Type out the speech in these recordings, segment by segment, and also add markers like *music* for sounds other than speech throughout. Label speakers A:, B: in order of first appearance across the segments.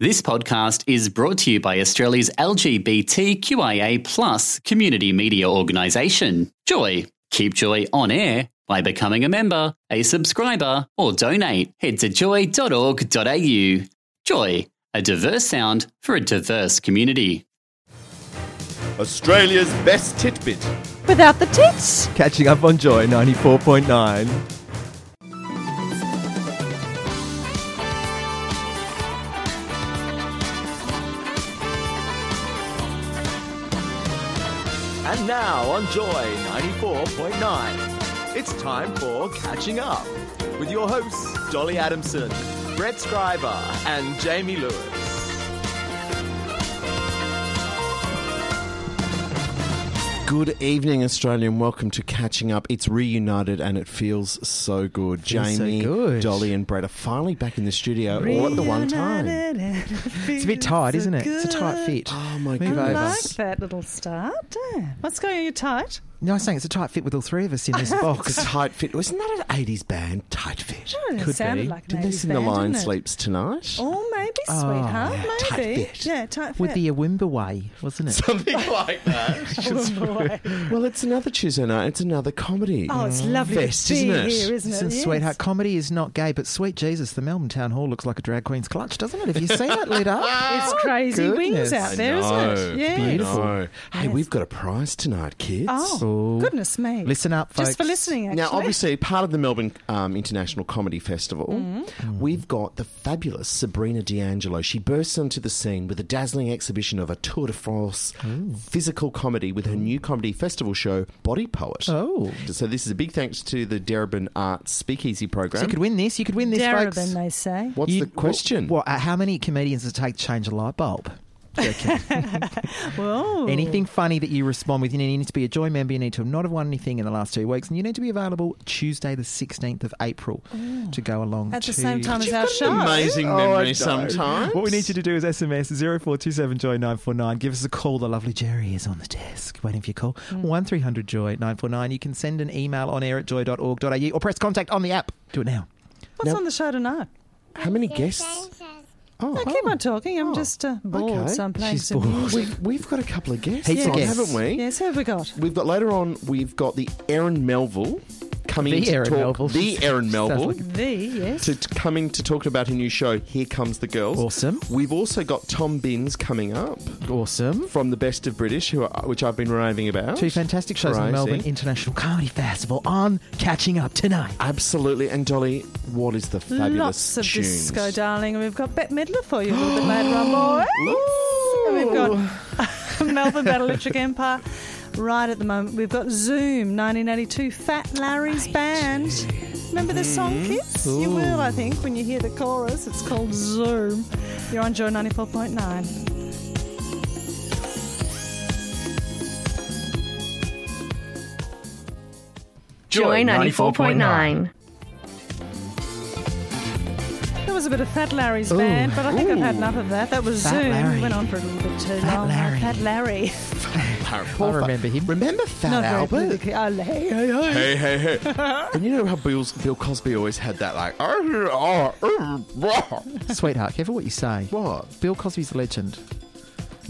A: This podcast is brought to you by Australia's LGBTQIA plus community media organisation, Joy. Keep Joy on air by becoming a member, a subscriber, or donate. Head to joy.org.au. Joy, a diverse sound for a diverse community.
B: Australia's best titbit.
C: without the tits.
D: Catching up on Joy 94.9.
B: And now on Joy 94.9, it's time for Catching Up with your hosts, Dolly Adamson, Brett Scriber, and Jamie
E: *laughs*
B: Lewis.
F: Good evening, Australia, and welcome to Catching Up. It's reunited and it feels so good.
D: Feels so
F: Jamie,
D: good.
F: Dolly, and Brett are finally back in the studio all at the one time.
D: It's a bit tight, isn't it? It's a tight fit.
F: Oh my
D: Move
C: I
D: over.
C: like
F: goodness.
C: that little start. Yeah. What's going on? You're tight?
D: No, I was saying it's a tight fit with all three of
C: *laughs*
D: us in this
F: Oh, It's a
D: box.
F: tight fit. Wasn't that an 80s band, Tight Fit?
C: Oh, it
D: Could
C: sounded
D: be.
C: like an
F: Did they
C: 80s
F: sing the
C: band,
F: Lion
C: didn't it?
F: Sleeps Tonight?
C: Or maybe,
D: Oh,
C: sweetheart,
F: yeah, tight
C: maybe.
F: fit.
C: yeah, tight
D: With
C: fit.
D: the Awimba way, wasn't it?
B: Something like that.
F: Well, it's another Tuesday night. It's another comedy.
C: oh,
D: mm,
C: it's lovely
F: Fest,
C: to be
F: isn't it?
C: here, isn't it?
D: Listen,
C: Yes.
D: sweetheart, comedy is not gay, but sweet Jesus, the Melbourne Town Hall looks like a drag queen's clutch, doesn't it? Have you seen it lit up?
C: *laughs* It's
D: Oh,
C: crazy wings
D: goodness.
C: out there, isn't it?
F: I
C: Yeah.
D: beautiful.
F: know. Hey, we've got a prize tonight, kids.
C: Oh,
D: Oh.
C: goodness me.
D: Listen up, folks.
C: Just for listening, actually.
F: Now, obviously, part of the Melbourne um, International Comedy Festival, we've got the fabulous Sabrina D'Angelo. She bursts onto the scene with a dazzling exhibition of a tour de force physical comedy with her new comedy festival show, Body Poet.
D: Oh.
F: So, this is a big thanks to the Darabin Arts Speakeasy
D: So
F: Program.
D: you could win this. You could win this, folks.
C: Darabin, they say.
F: What's
D: You-
F: the question?
D: What, uh, how many comedians does it take to change a light bulb?
C: Whoa.
D: Anything funny that you respond with, you need you need to be a Joy member. You need to have not have won anything in the last two weeks, and you need to be available Tuesday, the sixteenth of April, to go along
C: At the
D: to-
C: same time as our show.
F: Amazing memory sometimes.
D: What we need you to do is SMS 0427 Joy 949. Give us a call. The lovely Jerry is on the desk waiting for your call. 1300 Joy 949. You can send an email on air at joy.org.au or press contact on the app. Do it now.
C: What's
F: Now-
C: on the show tonight?
F: How many guests? Oh,
C: I keep on talking. I'm just uh, bored.
F: okay.
C: So I'm playing
D: She's
C: some
D: bored.
C: music.
F: We've, we've got a couple of guests,
D: Heaps of
F: on,
D: guests.
F: haven't we?
C: Yes, who have we got?
F: We've got later on. We've got the Aaron Melville coming
D: The
F: in to
D: Erin
F: talk.
D: Melville.
F: The Aaron Melville
D: like
C: The, yes.
F: to coming to talk about her new show. Here comes the girls.
D: Awesome.
F: We've also got Tom Binns coming up
D: Awesome.
F: from the Best of British, who are, which I've been raving about.
D: Two fantastic shows on the
F: Crazy.
D: Melbourne International Comedy Festival on Catching Up tonight.
F: Absolutely. And Dolly, what is the fabulous
C: Lots of
F: tunes?
C: disco, darling. And we've got Bette Midler for you a little bit
F: *gasps*
C: later on, boy. And we've got *laughs* Melbourne Battle Electric Empire. Right at the moment, we've got Zoom 1982, Fat Larry's Band. Remember this song,
F: Mm-hmm.
C: kids? You will, I think, when you hear the chorus. It's called Zoom. You're on Joy 94.9.
G: Joy 94.9.
C: That was a bit of Fat Larry's Band, but I think I've had enough of that. That was
D: Fat
C: Zoom.
D: Larry.
C: We went on for a little bit too
D: Fat
C: long.
D: Larry.
C: Fat Larry. *laughs*
D: I remember him.
F: Remember Fat
C: Not very
F: Albert?
C: politically- Oh, hey, hey, hey.
F: Hey, hey, hey. *laughs* and you know how Bill's, Bill Cosby always had that, like,
D: *laughs*
F: "Oh,
D: Sweetheart, careful what you say.
F: what?
D: Bill Cosby's a legend. Oh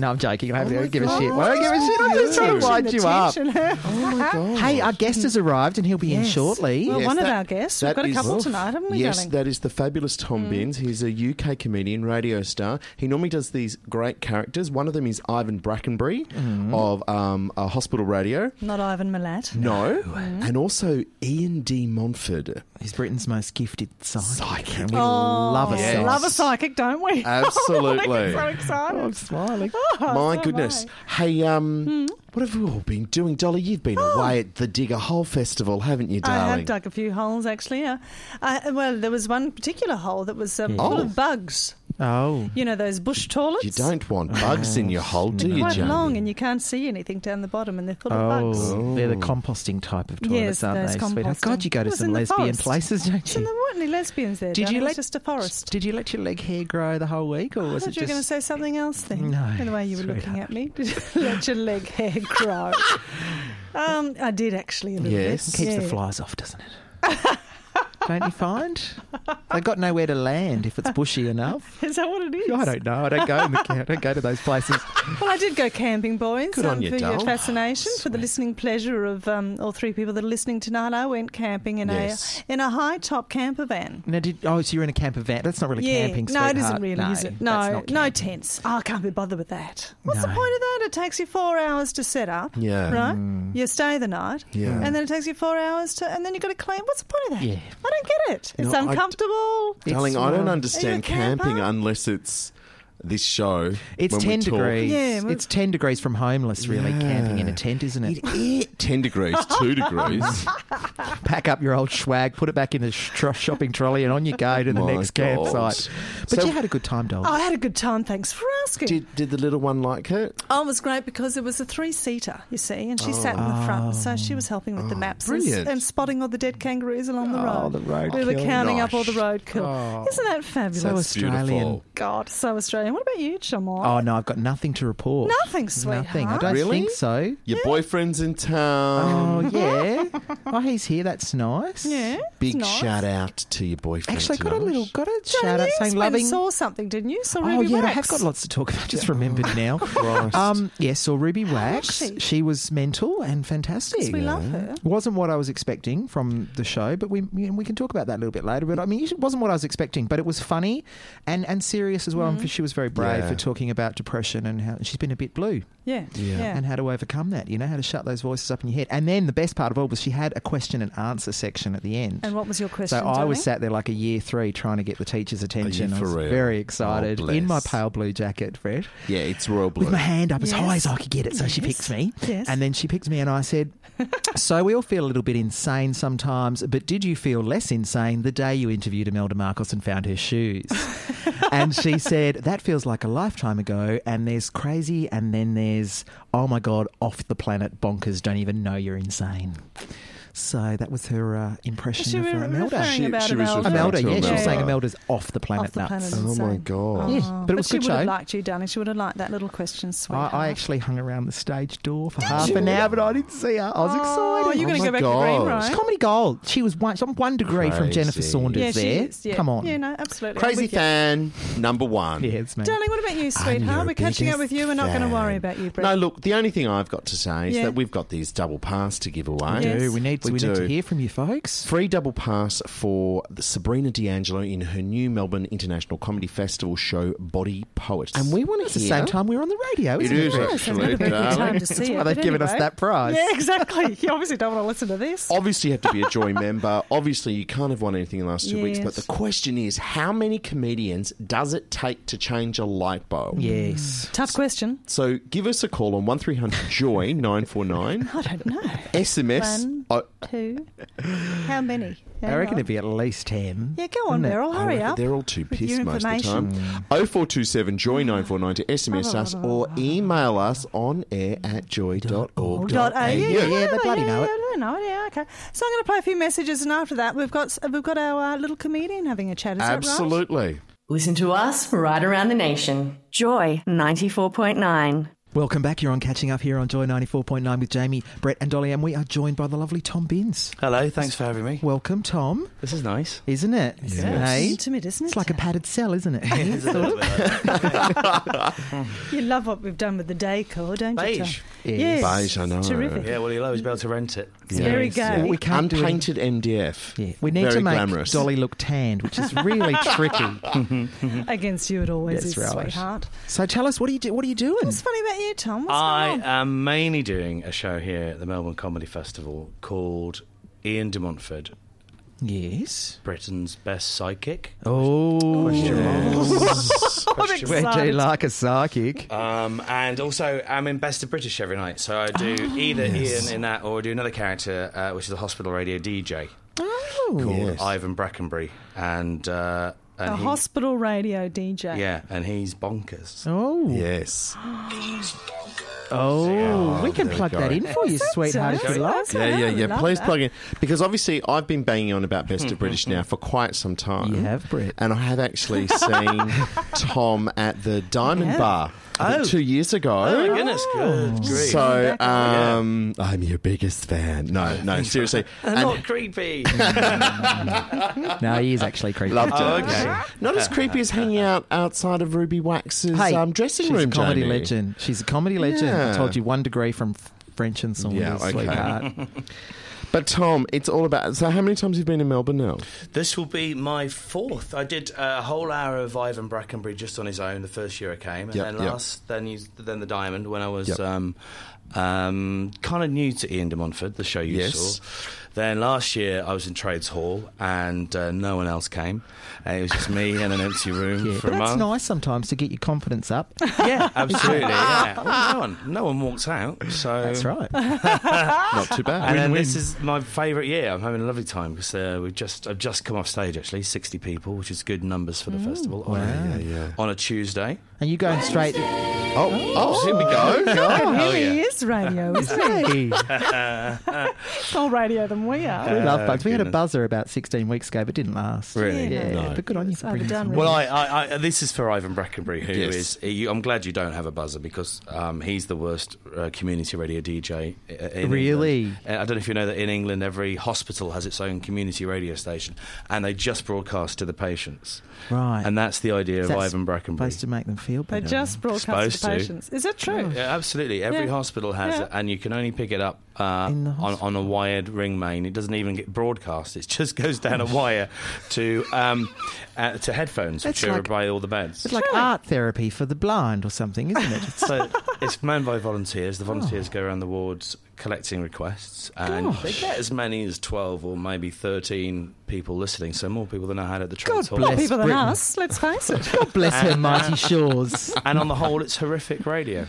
D: No, I'm joking. I don't
F: my
D: give a
F: God.
D: shit. I don't give a shit. I'm just trying to wind you up. Hey, our guest has arrived and he'll be
C: *laughs*
D: in
C: Yes.
D: shortly.
C: Well,
F: Yes,
C: one of
F: that-
C: our guests. We've
F: that
C: got a
F: is-
C: couple tonight, haven't we,
F: Yes,
C: darling? Mm.
F: that is the fabulous Tom Binns. He's a UK comedian, radio star. He normally does these great characters. One of them is Ivan Brackenbury
C: Mm.
F: of um, uh, Hospital Radio.
C: Not Ivan Milat.
F: No. Mm. And also Ian D. Montford.
D: He's Britain's most gifted psychic. Oh.
F: Psychic.
D: And we love a
F: yes.
D: psychic.
C: Love a psychic, don't we? *laughs* Oh, I'm
F: Absolutely.
C: so excited. Oh,
D: I'm smiling.
F: My goodness. Hey, um,
C: Hmm?
F: what have we all been doing? Dolly, you've been away at the Digger Hole Festival, haven't you, darling?
C: Oh. I have dug a few holes actually. Yeah. I, well, there was one particular hole that was uh, full
F: Oh.
C: of bugs.
D: Oh.
C: You know those bush toilets.
F: You don't want bugs in your hole, do you,
C: Quite
F: Jamie?
C: long, and you can't see anything down the bottom, and they're full of bugs.
D: Oh, they're the composting type of toilets,
C: Yes,
D: aren't
C: those
D: they, sweetheart?
C: composting.
D: God, you go
C: It
D: to
C: was
D: some
C: in the
D: lesbian
C: forest. It's
D: places, don't
C: in
D: you?
C: the weren't any lesbians there.
D: Did you
C: darling. It was
D: let-
C: just a forest.
D: Did you let your leg hair grow the whole week, or
C: I
D: was
C: thought
D: it
C: you were going to
D: just?
C: say something else then.
D: No,
C: By the way you were looking at me, *laughs* did you let your leg hair
D: *laughs*
C: grow? um, I did actually a little
F: Yes.
C: bit.
D: Keeps
C: yeah. *laughs*
D: the flies off, doesn't it? don't you find? They've got nowhere to land if it's
C: *laughs*
D: bushy enough.
C: Is that what it is?
D: I don't know. I don't go in the camp. I don't go to those places.
C: Well, I did go camping, boys. um,
F: Good on you,
C: for your
F: doll.
C: fascination, for the listening pleasure of um, all three people that are listening tonight. I went camping in
F: Yes.
C: a in a high top camper van.
D: Now, did, oh, so you're in a camper van. That's not really
C: yeah,
D: camping,
C: no,
D: sweetheart.
C: it isn't really,
D: no,
C: is it?
D: that's
C: No,
D: not
C: no
D: camping.
C: tents. Oh, I can't be bothered with that. What's the
D: No.
C: point of that? It takes you four hours to set up.
F: Yeah. Mm.
C: right. You stay the night.
F: Yeah.
C: and then it takes you four hours to, and then you got to clean. What's the point of that?
D: Yeah.
C: I don't get it. It's
F: No, I-
C: uncomfortable.
F: Darling, I don't
D: uh,
F: understand
C: Are you a camper?
F: camping unless it's this show.
D: It's
F: when we
D: 10
F: talk.
D: degrees.
C: Yeah, well-
D: it's 10 degrees from homeless, really,
F: Yeah.
D: camping in a tent, isn't it?
F: It is 10 degrees, 2
D: *laughs*
F: degrees.
D: Pack up your old swag, put it back in the sh- tro- shopping trolley, and on you go to the
F: My
D: next
F: God.
D: campsite. But
F: So-
D: you had a good time, doll.
C: Oh, I had a good time. Thanks for asking.
F: *laughs* Did, did the little one like it?
C: Oh, it was great because it was a three seater, you see, and she sat in the
D: oh.
C: front, so she was helping with the maps and,
F: Oh, brilliant.
C: and spotting all the dead kangaroos along the road.
D: Oh, the roadkill.
C: we were counting up all the
F: Gosh. Oh.
C: roadkill. Isn't that fabulous?
D: So
F: That's
D: Australian.
F: beautiful.
C: God, so Australian. What about you, Chamois?
D: Oh, no, I've got nothing to report.
C: Nothing, sweetheart.
D: Nothing. I don't
F: Really?
D: think so.
F: Your boyfriend's in
C: *laughs*
D: Oh,
F: town.
D: yeah. oh, he's here. That's nice.
C: Yeah, it's
F: Big
C: nice.
F: shout out to your boyfriend.
D: Actually, I got a
F: tonight.
D: little, got a
C: Johnny,
D: shout out
C: you
D: saying
C: went
D: loving.
C: and saw something, didn't you? Saw
D: Oh
C: Ruby
D: yeah, I
C: Wax.
D: have got lots to talk about. I just remembered
F: *laughs*
D: now.
F: Christ.
D: Um, yeah, saw Ruby Wax.
C: she?
D: She was mental and fantastic.
C: We love her.
D: wasn't what I was expecting from the show, but we we can talk about that a little bit later. But I mean, it wasn't what I was expecting, but it was funny and, and serious as well.
C: Mm-hmm.
D: And she was very brave
F: Yeah.
D: for talking about depression and how she's been a bit blue
C: Yeah, yeah.
D: and how to overcome that. You know, how to shut those voices up in your head. And then the best part of all was she had a question and answer section at the end.
C: And what was your
D: so
C: question?
D: I was
C: darling?
D: sat there like a year three trying to get the teacher's attention. I
F: for
D: was
F: real?
D: very
F: Oh,
D: excited in my
F: bless.
D: pale blue jacket, Fred
F: Yeah, it's royal blue.
D: with my hand up as
C: Yes.
D: high as I could get it. So she
C: Yes.
D: picks me.
C: Yes.
D: And then she picked me, and I said, So we all feel a little bit insane sometimes, but did you feel less insane the day you interviewed Imelda Marcos and found
C: *laughs*
D: her shoes? and she said, That feels like a lifetime ago. And there's crazy, and then there's, Oh my God, off the planet, bonkers, don't even know you're insane. So that was her uh, impression
C: She
D: of
C: was
D: uh, Imelda.
C: referring
F: She-
C: about
F: she was
C: Imelda.
F: referring to
D: Imelda, yeah, she was
F: Imelda.
D: saying Imelda's off the planet
C: Off the
D: nuts.
C: planet
F: Oh, my
C: insane.
F: God.
D: Yeah,
C: Oh,
D: but it was
C: she
D: good
C: would have
D: show.
C: liked you, darling. She would have liked that little question,
D: I,
C: sweetheart.
D: I actually hung around the stage door for half an hour, but I didn't see her. I was
C: Oh,
D: excited.
C: you're going
F: Oh
C: to
F: my
C: go back to green,
F: God.
D: It's
C: right?
D: comedy gold. She was one, I'm one degree from Jennifer
F: Crazy.
D: Saunders
C: Yeah, she
D: there.
C: is. Yeah.
D: Come on.
C: Yeah, no, absolutely. I'm
F: Crazy
C: with you.
F: fan number one.
D: Yeah, it's me.
C: Darling, what about you, sweetheart?
F: your
C: We're catching up with
F: biggest
C: you. We're not going to worry
F: fan.
C: about you,
F: No,
C: Brett.
F: look, the only thing I've got to say is
C: Yeah.
F: that we've got these double pass to give away.
C: Yes.
D: we need to,
F: We
D: we
F: do.
D: need to hear from you folks.
F: Free double pass for the Sabrina D'Angelo in her new Melbourne International Comedy Festival show, Body Poets.
D: And we want to
F: That's
D: hear. the same time we were on the radio,
F: It
D: isn't
F: is
D: it?
C: Well, it's
F: actually,
C: not a very good time
F: darling.
C: to see
D: That's
C: it,
D: why
C: but
D: they've given us
C: anyway.
D: that prize.
C: Yeah, exactly. You obviously don't want to listen to this.
F: Obviously, you have to be a
C: *laughs*
F: Joy member. Obviously, you can't have won anything in the last two weeks. But
C: Yes.
F: the question is, how many comedians does it take to change a light bulb?
D: Yes.
C: Tough question.
F: So give us a call on 1300
C: *laughs*
F: Joy 949.
C: I don't know.
F: SMS.
C: One.
F: Oh,
C: Two. How many?
D: I reckon
C: Hang on.
D: it'd be at least 10.
C: Yeah, go on,
D: wouldn't it?
C: Meryl. Hurry up.
F: oh, they're all too
C: with your
F: pissed most of the time.
C: information. Mm.
F: 0427 Joy 949 to SMS us or email us on air at joy.org.au.
C: Dot au. Yeah,
D: Yeah, they bloody
C: yeah,
D: know it.
C: yeah, they know it. Yeah, okay. So I'm going to play a few messages, and after that, we've got we've got our uh, little comedian having a chat. Is that right?
F: Absolutely.
G: Listen to us right around the nation. Joy 94.9.
D: Welcome back. You're on Catching Up here on Joy 94.9 with Jamie, Brett, and Dolly. And we are joined by the lovely Tom Binns.
E: Hello, thanks for having me.
D: Welcome, Tom.
E: This is nice.
D: Isn't it? Hey?
C: Intimate, isn't it?
D: It's like a padded cell, isn't
C: *laughs*
D: it? Sort of.
C: you love what we've done with the decor, don't you?
E: Beige.
C: Tom?
D: Yes.
C: Yes,
F: Beige, I know.
C: Terrific.
E: Yeah, well, you'll always be able to rent it.
C: It's very gay.
D: We can't do any-
F: Unpainted MDF.
D: Yeah, we need
F: Very
D: to make
F: glamorous.
D: Dolly look tanned, which
F: *laughs*
D: is really tricky.
C: Against you, it always
D: That's
C: is,
D: right.
C: sweetheart.
D: So tell us, what are you do- what are you doing?
C: What's funny about you, Tom? What's
E: I
C: going on?
E: am mainly doing a show here at the Melbourne Comedy Festival called Ian de Montfort,
D: Yes.
E: Britain's Best Psychic.
D: Oh,
C: I'm
D: where do you
C: excited.
D: like a psychic?
E: Um, and also, I'm in Best of British every night. So I do either Ian in that or I do another character, uh, which is a hospital radio DJ
D: Oh,
E: called
F: Yes.
E: Ivan Brackenbury. And, uh, and
C: A
E: he-
C: hospital radio DJ.
E: Yeah, and he's bonkers.
D: oh,
F: Yes.
D: Oh, we can
F: there we
D: plug
F: go.
D: that in for you, sweetheart, if you like.
F: Yeah, yeah, yeah. Please plug in because obviously I've been banging on about Best of British now for quite some time.
D: You have, Brett.
F: and I have actually seen Tom at the Diamond Bar I think,
D: Oh.
F: two years ago.
E: Oh, my goodness, good grief.
F: So um, I'm your biggest fan. No, no, seriously.
E: They're
F: And-
E: not creepy.
D: No, he is actually
F: *laughs*
D: creepy.
F: Loved it.
E: Oh, okay.
F: Not as creepy as hanging out outside of Ruby Wax's
D: Hey,
F: um, dressing
D: she's
F: room.
D: a comedy
F: Jamie.
D: legend. She's a comedy legend. I
F: Yeah.
D: told you one degree from F- French and Saunders,
F: Yeah, okay. *laughs*
D: sweetheart.
F: But Tom, it's all about. So, how many times have you been in Melbourne now?
E: This will be my fourth. I did a whole hour of Ivan Brackenbury just on his own the first year I came, and
F: Yep,
E: then
F: yep.
E: last, then you, then the Diamond when I was
F: Yep.
E: um, um, kind of new to Ian de Montfort, the show you
F: Yes.
E: saw. Then last year I was in Trades Hall and uh, no one else came. And it was just me in an empty
D: *laughs*
E: room
D: Yeah,
E: for
D: but
E: a
D: that's
E: month.
D: nice sometimes to get your confidence up. *laughs*
E: Yeah, absolutely. yeah. Well, no one, no one walked out. So
D: That's right.
F: Not too bad.
E: And then this is my favourite year. I'm having a lovely time because uh, we've just I've just come off stage actually, 60 people, which is good numbers for the festival on, a, uh, on a Tuesday.
D: And you going straight?
F: Oh, oh, here we
C: *laughs*
F: go.
C: God, here
E: yeah.
C: he is radio, isn't he?
D: Hey,
C: More radio than we are.
D: we love bugs. We had a
E: Uh, goodness.
D: buzzer about 16 weeks ago, but didn't last.
E: Really?
D: Yeah,
C: No.
D: but good on you
C: It's
D: for bringing
C: overdone,
D: some-
C: really.
E: Well, I, I, I, this is for Ivan Brackenbury, who
F: Yes.
E: is- You, I'm glad you don't have a buzzer because um, he's the worst uh, community radio DJ. i- In
D: Really?
E: England. Uh, I don't know if you know that in England, every hospital has its own community radio station, and they just broadcast to the patients.
D: Right.
E: And that's the idea of
D: That's
E: Ivan Brackenbury.
D: Supposed to make them feel
C: They
D: better.
C: just broadcast
E: Supposed
C: to
E: to.
C: patients. Is it true?
E: Yeah, absolutely. Every
C: Yeah.
E: hospital has
C: Yeah.
E: it, and you can only pick it up uh,
D: In the
E: on, on a wired ring main. It doesn't even get broadcast. It just *laughs* goes down a wire to um, uh, to headphones,
D: It's
E: which are
D: like-
E: by all the beds.
D: It's like art therapy for the blind or something, isn't it? It's-
E: *laughs* so it's manned by volunteers. The volunteers
D: Oh.
E: go around the wards collecting requests, and they get as many as twelve or maybe thirteen people listening. So more people than I had at the
C: God,
E: trans hall.
C: more
D: bless
C: people than
D: Britain.
C: us, let's face it.
E: *laughs*
D: Bless her mighty shores.
E: And on the whole, it's horrific radio.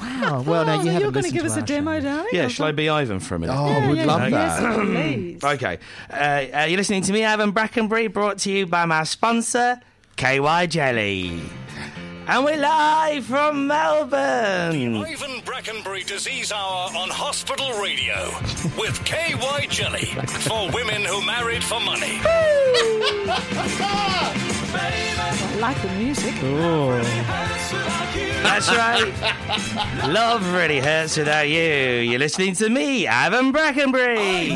D: Wow. Well, now
C: oh,
D: you
C: so you're
D: haven't
C: going to
D: listened
C: give us
D: our
C: a demo,
D: show.
C: darling?
E: Yeah, shall I be Ivan for a minute?
F: Oh, would love that.
C: Yes, please.
E: Okay. Uh, uh, you're listening to me, Ivan Brackenbury, brought to you by my sponsor, KY Jelly. And we're live from
C: Oh,
E: Melbourne.
H: Ivan Brackenbury Disease Hour on Hospital Radio with KY Jelly for women who married for money.
C: I like the music.
E: That's right. Love really hurts without you. You're listening to me, Ivan Brackenbury.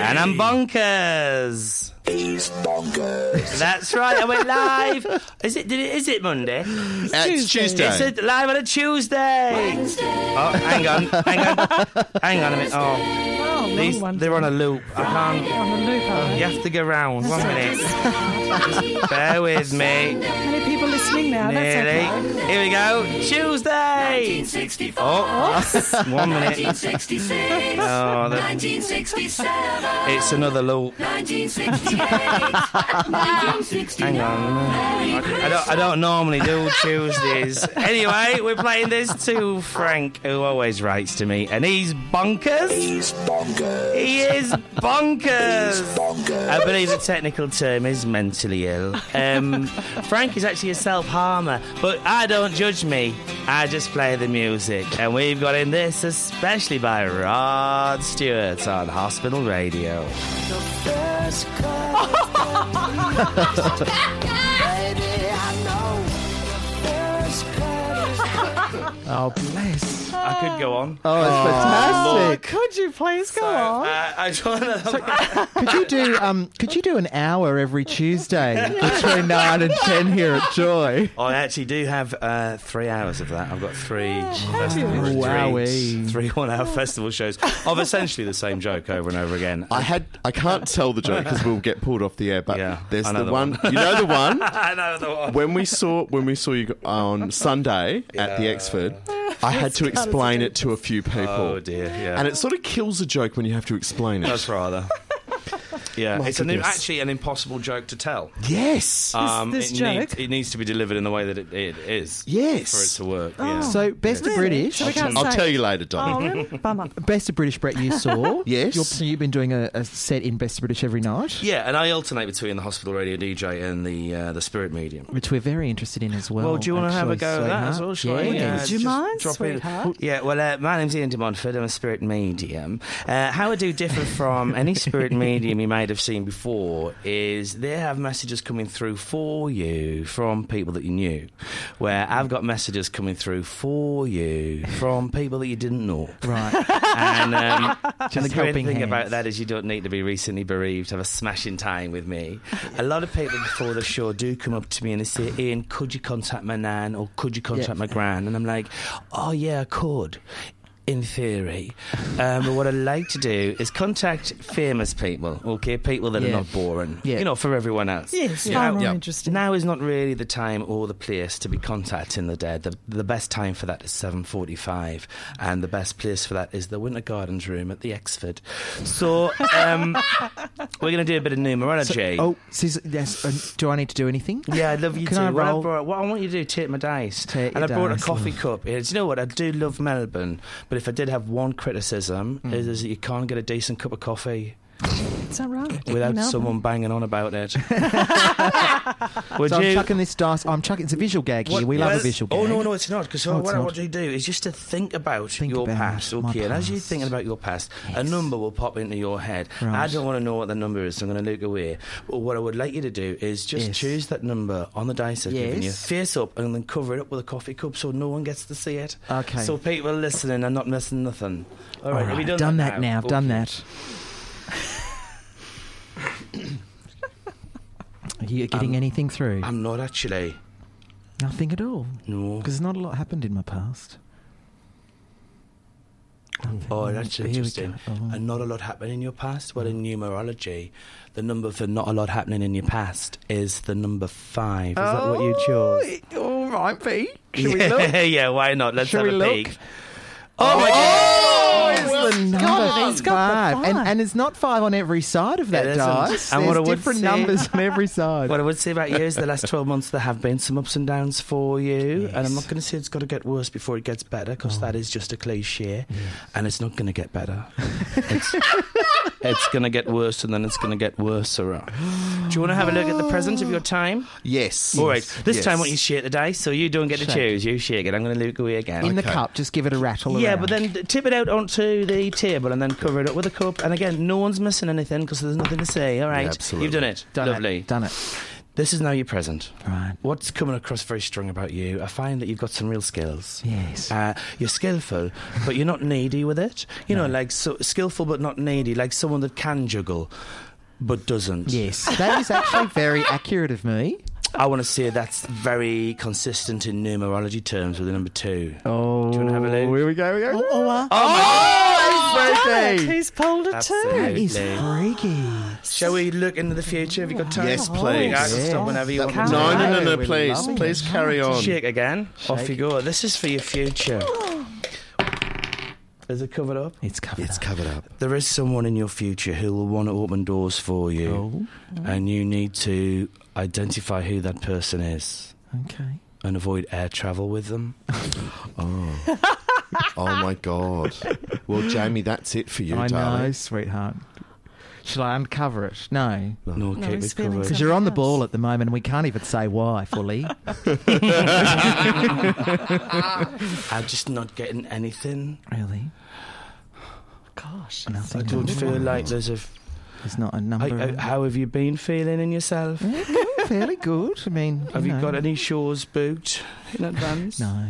E: And I'm bonkers.
H: He's bonkers.
E: That's right. And we're live. Is it, did it, is it Monday?
F: Uh, It's Tuesday.
E: It's a, live on a Tuesday. Oh, hang on, hang on, hang on a minute. Oh,
C: Oh, long
E: these,
C: one.
E: they're on a loop. I can't. Oh,
C: on the loop, aren't
E: You
C: they?
E: have to go round. One minute. Bear with me.
C: Many people listening now,
E: Nearly.
C: *laughs* that's okay.
E: Here we go. Tuesday. Oh, one minute. Oh, the-
I: 1967,
E: it's another loop.
I: 1968,
E: *laughs* Hang
I: 1969.
E: on. I don't, I don't normally do
C: *laughs*
E: Tuesdays. Anyway, we're playing this to Frank, who always writes to me, and he's bonkers.
H: He's bonkers.
E: He is bonkers.
H: Bonkers.
E: I believe the technical term is mentally ill. Um, Frank is actually a self harmer, but I don't judge me. I just play the music. And we've got in this, especially by Rod Stewart on Hospital Radio.
D: Oh, bless.
E: I could go on.
D: Oh, it's fantastic.
C: Could you please go on?
E: Uh, I just want *laughs* to.
D: Could you do um? Could you do an hour every Tuesday *laughs* between nine and ten here at Joy?
E: Oh, I actually do have uh, three hours of that. I've got three,
D: you?
E: three,
D: Wowee.
E: three one-hour festival shows of essentially the same joke over and over again.
F: I had. I can't tell the joke because we'll get pulled off the air. But
E: Yeah,
F: there's
E: I
F: the
E: know the
F: one.
E: one.
F: You
E: *laughs*
F: know the one
E: I know the one.
F: when we saw when we saw you on Sunday at the Exford.
E: *laughs*
F: I had to explain it to a few people.
E: Oh dear, yeah.
F: And it sort of kills a joke when you have to explain
C: *laughs*
F: it.
E: That's rather. Yeah,
F: My
E: it's an,
F: goodness.
E: actually an impossible joke to tell.
F: *laughs*
E: Um,
F: Yes.
C: this
E: it,
C: joke?
E: Needs, it needs to be delivered in the way that it, it is.
F: Yes.
E: for it to work. Yeah.
C: Oh.
D: So best of British,
C: So we can't
F: I'll
C: say-
F: tell you later, Donny.
C: Oh, really?
E: *laughs*
C: Bummer.
D: best of British. Brett, you saw.
F: Yes.
D: You're- so you've been doing a, a set in best of British every night,
E: yeah, and I alternate between the hospital radio DJ and the uh, the spirit medium.
D: which we're very interested in as well.
E: Well, do you want to have a
D: actually,
E: go at that as
D: sweetheart.
E: well? Shall I?
D: Yes.
E: Yeah,
C: Would you
E: just *laughs*
C: mind,
E: drop in.
C: sweetheart?
E: Yeah, well, uh, my name's Ian de Montfort. I'm a spirit medium. Uh, how I do
C: *laughs*
E: differ from any spirit medium you might have seen before is they have messages coming through for you from people that you knew, where I've got messages coming through for you from people that you didn't
C: *laughs*
E: know.
D: Right.
E: And um,
D: Just
E: the great
D: helping
E: thing about
D: hands.
E: that is you don't need to be recently bereaved to have a smashing time with me. A lot of people before the show do come up to me and they say, Ian, could you contact my nan or could you contact my gran? And I'm like, oh, yeah, I could. In theory, um, but what I like to do is contact famous people, okay, people that are
D: Yeah.
E: not boring,
D: Yeah.
E: you know, for everyone else.
C: Yes,
E: You
C: far
E: know,
C: more interesting.
E: Now is not really the time or the place to be contacting the dead. The, the best time for that is 7.45, and the best place for that is the Winter Gardens Room at the Exford. So *laughs* um, we're going to do a bit of numerology.
D: oh, sis- yes, uh, do I need to do anything?
E: *laughs* Yeah, I love you
D: Can
E: too.
D: I
E: what, I
D: roll?
E: brought, what I want you to do, take my dice.
D: Take
E: and
D: your
E: I brought
D: dice.
E: a coffee cup. It's, you know what? I do love Melbourne, but if I did have one criticism, is, is that you can't get a decent cup of coffee
C: Is that right?
E: without
C: You know?
E: someone banging on about it. Would
D: So I'm
E: you?
D: chucking this dice. I'm chucking. It's a visual gag here.
E: What-
D: We love
E: well,
D: a visual gag.
E: Oh no, no, it's not. Because
D: Oh, it's
E: what I
D: not.
E: want you to do is just to think about
D: Think
E: your
D: about
E: past. Okay,
D: my
E: and as you're
D: past.
E: thinking about your past, a number will pop into your head. I
D: Right.
E: don't want to know what the number is. so I'm going to look away. But what I would like you to do is just
D: Yes.
E: choose that number on the dice I've given you,
D: Yes.
E: face up, and then cover it up with a coffee cup so no one gets to see it.
D: Okay.
E: So people listening are not missing nothing. All
D: All
E: right,
D: right,
E: have you
D: I've done that now. I've done
E: Okay.
D: that. Are you getting anything through?
E: Um, I'm not actually.
D: Nothing at all.
E: No.
D: Because not a lot happened in my past.
E: Oh, that's
D: Here we
E: interesting.
D: go. Oh.
E: And not a lot happened in your past. Well,
D: Mm.
E: in numerology, the number for not a lot happening in your past is the number five. Is that what you
D: Oh,
E: chose?
D: All right, Pete.
E: *laughs* yeah, yeah, why not? Let's
D: Shall
E: have
D: we
E: a
D: look?
E: peek. Oh, my god!
D: It's the number
C: he's got the
D: five. And,
C: five.
D: and it's not five on every side of that
E: It isn't.
D: dice.
E: And
D: There's
E: what I would
D: different
E: say-
D: numbers on every side.
E: What I would say about you is the last *laughs* 12 months there have been some ups and downs for you. And I'm not going to say it's got to get worse before it gets better because that is just a cliche. And it's not going to get better. it's it's going to get worse and then it's going to get worse. Do you want to have a look at the present of your time?
F: Yes.
E: All right. This
F: Yes.
E: time, what you shake the dice, so you don't get to
D: Shake.
E: choose. You shake it. I'm going to look away again.
D: in the cup, just give it a rattle.
E: yeah,
D: around.
E: but then d- tip it out onto the table and then cover it up with a cup. And again, no one's missing anything because there's nothing to say. All right,
F: absolutely.
E: you've done it.
D: Done it.
E: Lovely.
D: Done it.
E: This is now your present.
D: Right.
E: What's coming across very strong about you? I find that you've got some real skills.
D: Yes.
E: Uh, you're skillful, but you're not needy with it. You know, like so, skillful but not needy, like someone that can juggle but doesn't.
D: Yes. That is actually very accurate of me.
E: I want to say that's very consistent in numerology terms with the number two.
D: Oh,
E: Do you want to have a look?
D: Here we go. Here we go.
C: Oh, uh,
D: Oh,
C: damn
D: it's
C: it,
D: freaky.
C: he's pulled it too.
D: That is freaky.
E: Shall we look into the future? Have you got time?
F: Yes,
E: Yeah,
F: please.
E: I can stop whenever you
F: That-
E: want.
F: no,
E: me
F: no,
E: to.
F: no, no,
D: We're
F: please,
D: loving
F: please carry on.
E: Shake again. Off you go. This is for your future. Is it covered up?
D: It's
C: oh.
D: covered.
F: It's
D: up.
F: covered up.
E: There is someone in your future who will want to open doors for you, and you need to identify who that person is
D: Okay.
E: and avoid air travel with them.
F: Oh my god. Well, Jamie, that's it for you,
D: I know,
F: darling.
D: sweetheart. Shall I uncover it? No.
E: No, keep
C: he's
E: it
C: feeling
E: covered.
D: Because you're on the
C: Yes.
D: ball at the moment, and we can't even say why,
E: *laughs*
D: fully.
E: I'm just not getting anything.
D: really?
C: Gosh.
D: Nothing.
E: I don't feel like there's a.
D: There's not a number.
E: I, I, how have you been feeling in yourself?
D: *laughs* fairly good. I mean,
E: Have you
D: know.
E: got any shows booked in advance?
D: No.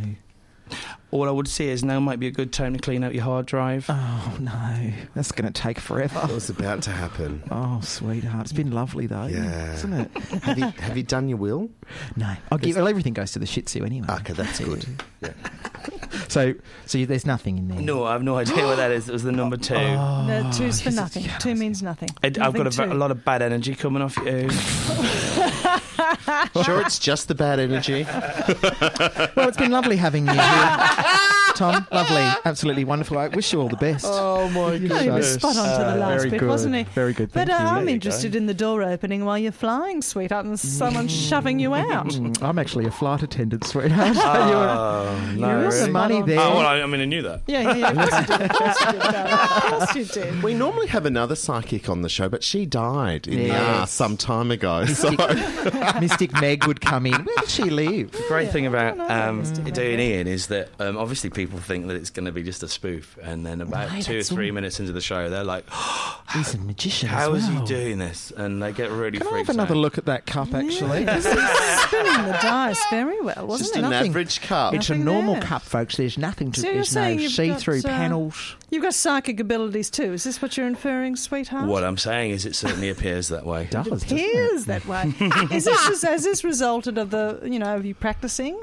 E: All I would say is now might be a good time to clean out your hard drive.
D: Oh no, that's going to take
F: It
D: forever.
F: was about to happen.
D: Oh, sweetheart, it's been lovely though,
F: Yeah.
D: isn't it?
F: Have you, have you done your will?
D: No, I'll give, well, everything goes to the Shih Tzu anyway.
F: Okay, that's good.
D: So, so you, there's nothing in there.
E: No, I have no idea what that is. It was the number two.
C: No, two's for
D: yes,
C: nothing.
D: yes.
C: Two means nothing.
E: I, I've got a, ve-
C: Nothing
E: a
C: two.
E: lot of bad energy coming off you.
F: Sure, it's just the bad energy.
E: *laughs*
D: Well, it's been lovely having you here Tom. Lovely. Absolutely wonderful. I wish you all the best.
F: Oh *laughs*
C: *laughs*
F: my
C: Oh, he was spot on to the last
D: very
C: bit,
D: good.
C: wasn't he?
D: Very good.
C: But
D: Thank
C: uh,
D: you.
C: I'm interested in the door opening while you're flying, sweetheart, and someone shoving you out.
D: Mm, I'm actually a flight attendant, sweetheart. *laughs* So
E: Oh,
D: you're, you're
E: Ah,
D: on
E: no.
D: the
E: really?
D: money
C: on.
D: there.
E: Oh,
D: *laughs*
E: well, I, I mean, I knew that.
C: Yeah, yeah, yeah. Of course you did. Of course you did. darling. Of course you did.
F: *laughs* We normally have another psychic on the show, but she died in the
D: Yes.
F: arse some time ago. So
D: *laughs* Mystic Meg would come in. Where did she live?
E: The great thing about
C: no,
E: um,
C: it's different.
E: doing Ian is that um, obviously people think that it's going to be just a spoof, and then about
D: Right,
E: two or
D: that's
E: three
D: all.
E: minutes into the show, they're like,
D: He's a magician.
E: "How
D: as
E: is
D: well.
E: he doing this?" And they get really
D: Can I
E: freaked
D: have another
E: out.
D: look at that cup, actually?
C: Yeah, he's spinning the dice very well, wasn't
F: just
C: he?
F: an
D: nothing.
F: average cup.
D: It's a
C: Nothing
D: normal
C: there.
D: cup, folks. There's nothing to
C: So you're
D: There's no
C: saying you've
D: see through
C: got, uh,
D: panels.
C: You've got psychic abilities too. Is this what you're inferring, sweetheart?
E: What I'm saying is, it certainly appears that way.
D: Does, doesn't it?
C: appears that way.
D: *laughs*
C: Is this just, has this resulted of the you know of you practicing?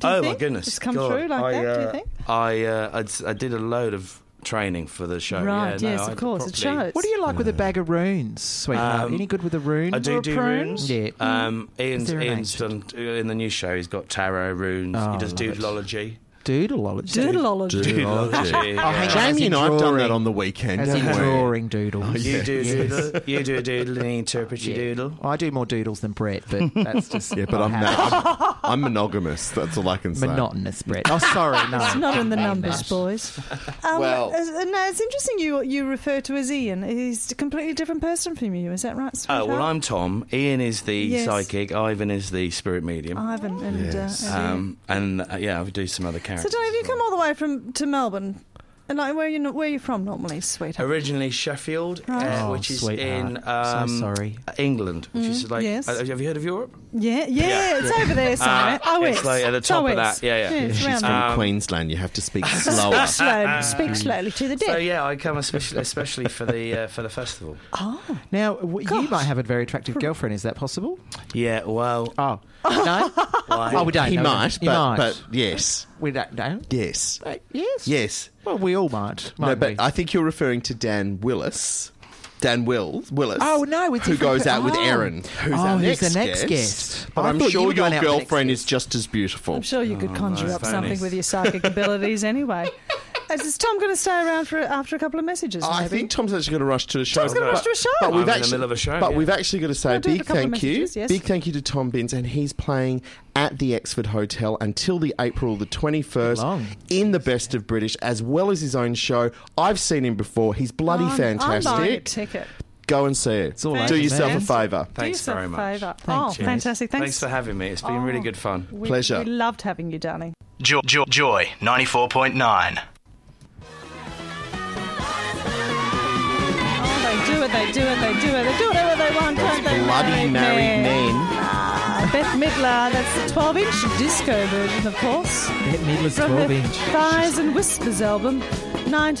C: Do you
E: oh
C: think?
E: my goodness!
C: it's come
E: God,
C: through like
E: I,
C: that. do
E: uh,
C: you think?
E: I, uh, I'd s- I did a load of training for the show.
C: right.
E: Yeah, no,
C: yes,
E: I
C: of course. It
E: properly-
C: shows.
D: What do you like with a bag of runes, sweetheart?
E: Um,
D: Any good with a rune?
E: I do
C: Or
E: do
C: prunes?
E: runes.
D: Yeah.
E: Um,
C: Mm.
E: Ian's,
D: there an
E: Ian's done in the new show. He's got tarot runes.
D: Oh, I
E: he does
D: love it.
E: doodleology.
D: Mm, Doodleology.
C: Doodleology.
E: Doodleology.
D: Oh, hang
E: yeah.
D: on, as
F: Jamie
D: in
F: and I have done
D: drawing.
F: that on the weekend.
D: As in
F: haven't we?
D: drawing doodles.
E: You do
D: Yes.
E: doodle. You *laughs* do a doodle and he interprets your doodle.
D: I do more doodles than Brett,
E: *laughs*
D: but that's just
F: Yeah, but I'm,
D: not *laughs* how-
F: now, I'm I'm monogamous. That's all I can say.
D: *laughs* monotonous, Brett. Oh, sorry, no,
C: It's not in the
D: Didn't mean
C: numbers,
D: that.
E: *laughs*
C: boys. Um,
F: Well-
C: as- uh, no, it's interesting. You you refer to as Ian. He's a completely different person from you. Is that right?
E: Oh well,
C: sweetheart?
E: I'm Tom. Ian is the
C: Uh-huh. Yes.
E: psychic. Ivan is the spirit medium.
C: Ivan and, uh, and Ian.
E: um, and uh, yeah, I would do some other
C: So,
E: characters.
C: Dave, you
E: as
C: come
E: well.
C: all the way from to Melbourne, and like, where you no- where you from normally, sweetheart?
E: Originally Sheffield,
C: Right.
E: uh,
D: Oh,
E: which is
D: sweetheart.
E: in
D: So
E: um,
D: sorry.
E: England, which is like.
C: Mm-hmm. yes.
E: uh, have you heard of Europe?
C: Yeah, yeah, it's over there somewhere.
E: Ah,
C: oh,
E: it's like at the top
C: oh,
E: of
C: it's.
E: that. Yeah, yeah.
C: it's
F: She's
C: round
F: from
C: there.
F: Queensland. You have to
D: *laughs*
F: speak slower.
C: slowly, speak slowly to the deck.
E: So yeah, I come especially, especially for the uh, for the festival.
D: Now w- you
C: Gosh.
D: might have a very attractive girlfriend. Is that possible?
E: *laughs* Yeah, well,
D: Oh
F: *laughs*
D: no, oh we don't.
F: he
D: no,
F: might,
D: we don't. He
F: but,
D: might.
F: but yes,
D: we don't. No.
F: yes,
D: Uh, Yes.
F: yes.
D: Well, we all might. might
F: No, but
D: we?
F: I think you're referring to Dan Willis. Dan Wills, Willis.
D: Oh, no, it's
F: who
D: different
F: goes
D: per-
F: out with
D: oh.
F: Aaron, who's
D: Oh,
F: our
D: who's
F: next
D: the next guest.
F: But
D: I
F: I'm
D: thought you
F: sure
D: were
F: your
D: going out with the next
F: girlfriend
D: guest.
F: is just as beautiful.
C: I'm sure you could conjure
E: Oh, nice
C: up
E: bonus.
C: something with your psychic
E: *laughs*
C: abilities anyway. Is, is Tom going to stay around for after a couple of messages?
F: I
C: maybe?
F: think Tom's actually going to rush to a show.
C: Tom's going to rush to a show.
F: But we've
E: in the
F: actually,
E: middle of a show,
F: But
E: yeah.
F: we've actually got to say
C: We'll
F: a
C: do it in
F: big
C: a couple of
F: thank you.
C: messages, yes.
F: Big thank you to Tom Binns, and he's playing at the Exford Hotel until the April the 21st
D: Long.
F: in the Best of British, as well as his own show. I've seen him before. He's bloody
C: I'm-
F: fantastic.
C: I'm buying a ticket.
F: Go and see it.
D: all
F: Do
D: over
F: yourself
D: there.
F: a favour.
E: thanks
C: Do yourself
E: very
C: a
E: much.
C: favour.
D: Thank
C: oh,
D: you.
C: fantastic. Thanks.
E: Thanks for having me. It's been
C: Oh.
E: really good fun.
C: we,
F: Pleasure.
C: We loved having you, darling.
J: Joy, joy, joy 94.9.
C: Oh, they do it. They do it. They do it. They do whatever they want. Those they
F: Bloody
C: married
F: married
C: men.
F: men.
C: Ah, Bette Midler. That's the 12-inch disco version, of course,
D: Bette Midler's
C: from
D: 12
C: her
D: inch.
C: Thighs and Whispers album,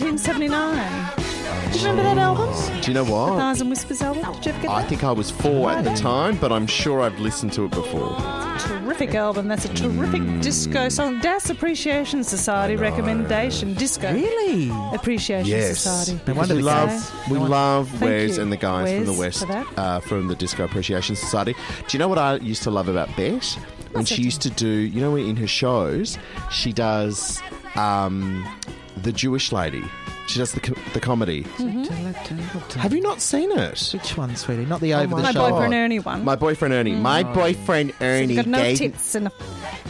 C: 1979. Do you remember that album?
F: Do you know what?
C: Thighs and Whispers album. Did you ever get
F: I
C: that?
F: think I was four at the time, but I'm sure I've listened to it before.
C: terrific album. That's a terrific disco song. Das Appreciation Society recommendation. Disco
D: Really?
C: Appreciation
F: Yes.
C: Society.
D: No wonder
F: we
D: the
F: love
D: guys-
F: we
D: no one-
F: love Wes
C: you,
F: and the guys from the
C: Wes,
F: West
C: for that.
F: uh, from the Disco Appreciation Society. Do you know what I used to love about Bet? When she used to do, you know, in her shows, she does um, the Jewish lady. She does the co- the comedy.
C: Mm-hmm.
F: Have you not seen it?
D: Which one, sweetie? Not the over
F: my
D: the
C: Oh, My
F: God.
D: shoulder.
C: boyfriend Ernie one.
F: My boyfriend Ernie. My boyfriend Ernie
C: Oh. Got no
F: gave.
C: tits and a,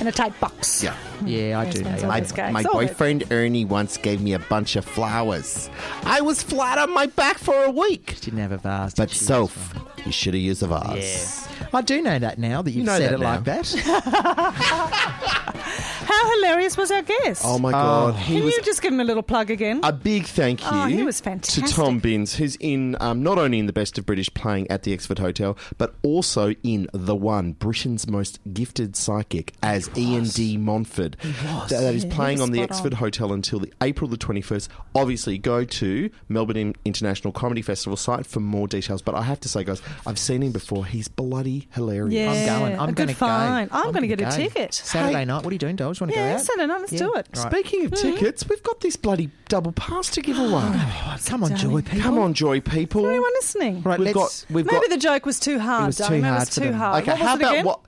C: and a tight box.
F: Yeah.
D: Yeah, I do know.
C: Yes,
D: you.
F: I-
C: It's gay.
F: my
C: It's all good.
F: boyfriend Ernie once gave me a bunch of flowers. I was flat on my back for a week.
D: Didn't have a vase. did
F: But
D: she?
F: Soph, you should have used a vase.
D: I do know that now that you've
F: know
D: said
F: that
D: it like that.
C: How hilarious was our guest?
F: Oh my god,
D: Oh.
F: he
C: Ah. Can
F: was
C: you just give him a little plug again?
F: a big thank you.
C: Oh, he was fantastic.
F: to Tom Binns, who's in um, not only in the Best of British playing at the Exford Hotel, but also in the one Britain's most gifted psychic as Ian D. Monford. That- that is
C: Yeah, he
F: playing
C: was
F: on the
C: spot on.
F: Exford Hotel until the April the twenty first. Obviously, go to Melbourne In- International Comedy Festival site for more details. But I have to say, guys, I've seen him before. He's bloody hilarious.
C: yeah,
D: I'm going. I'm
C: a
D: going
C: good
D: to go.
C: find. I'm, going to get
D: gonna
C: a
D: go.
C: ticket.
D: Saturday night. What are you doing, Doge? Want to go
C: Yeah,
D: out?
C: Saturday night, let's
D: Yeah.
C: do it.
D: Right.
F: Speaking of
C: Mm-hmm.
F: tickets, we've got this bloody double pass to give away.
D: Oh, come on, Joy. People.
F: Come on, joy people.
C: Anyone listening?
D: Right.
F: We've got.
D: let's.
F: We've
C: Maybe
F: got.
C: the joke was too hard.
D: was
C: darling.
D: too
C: Maybe
D: hard
C: it was
D: for
C: too
D: them.
C: hard.
F: okay,
C: what was
F: how
C: it
F: about
C: again?
F: what?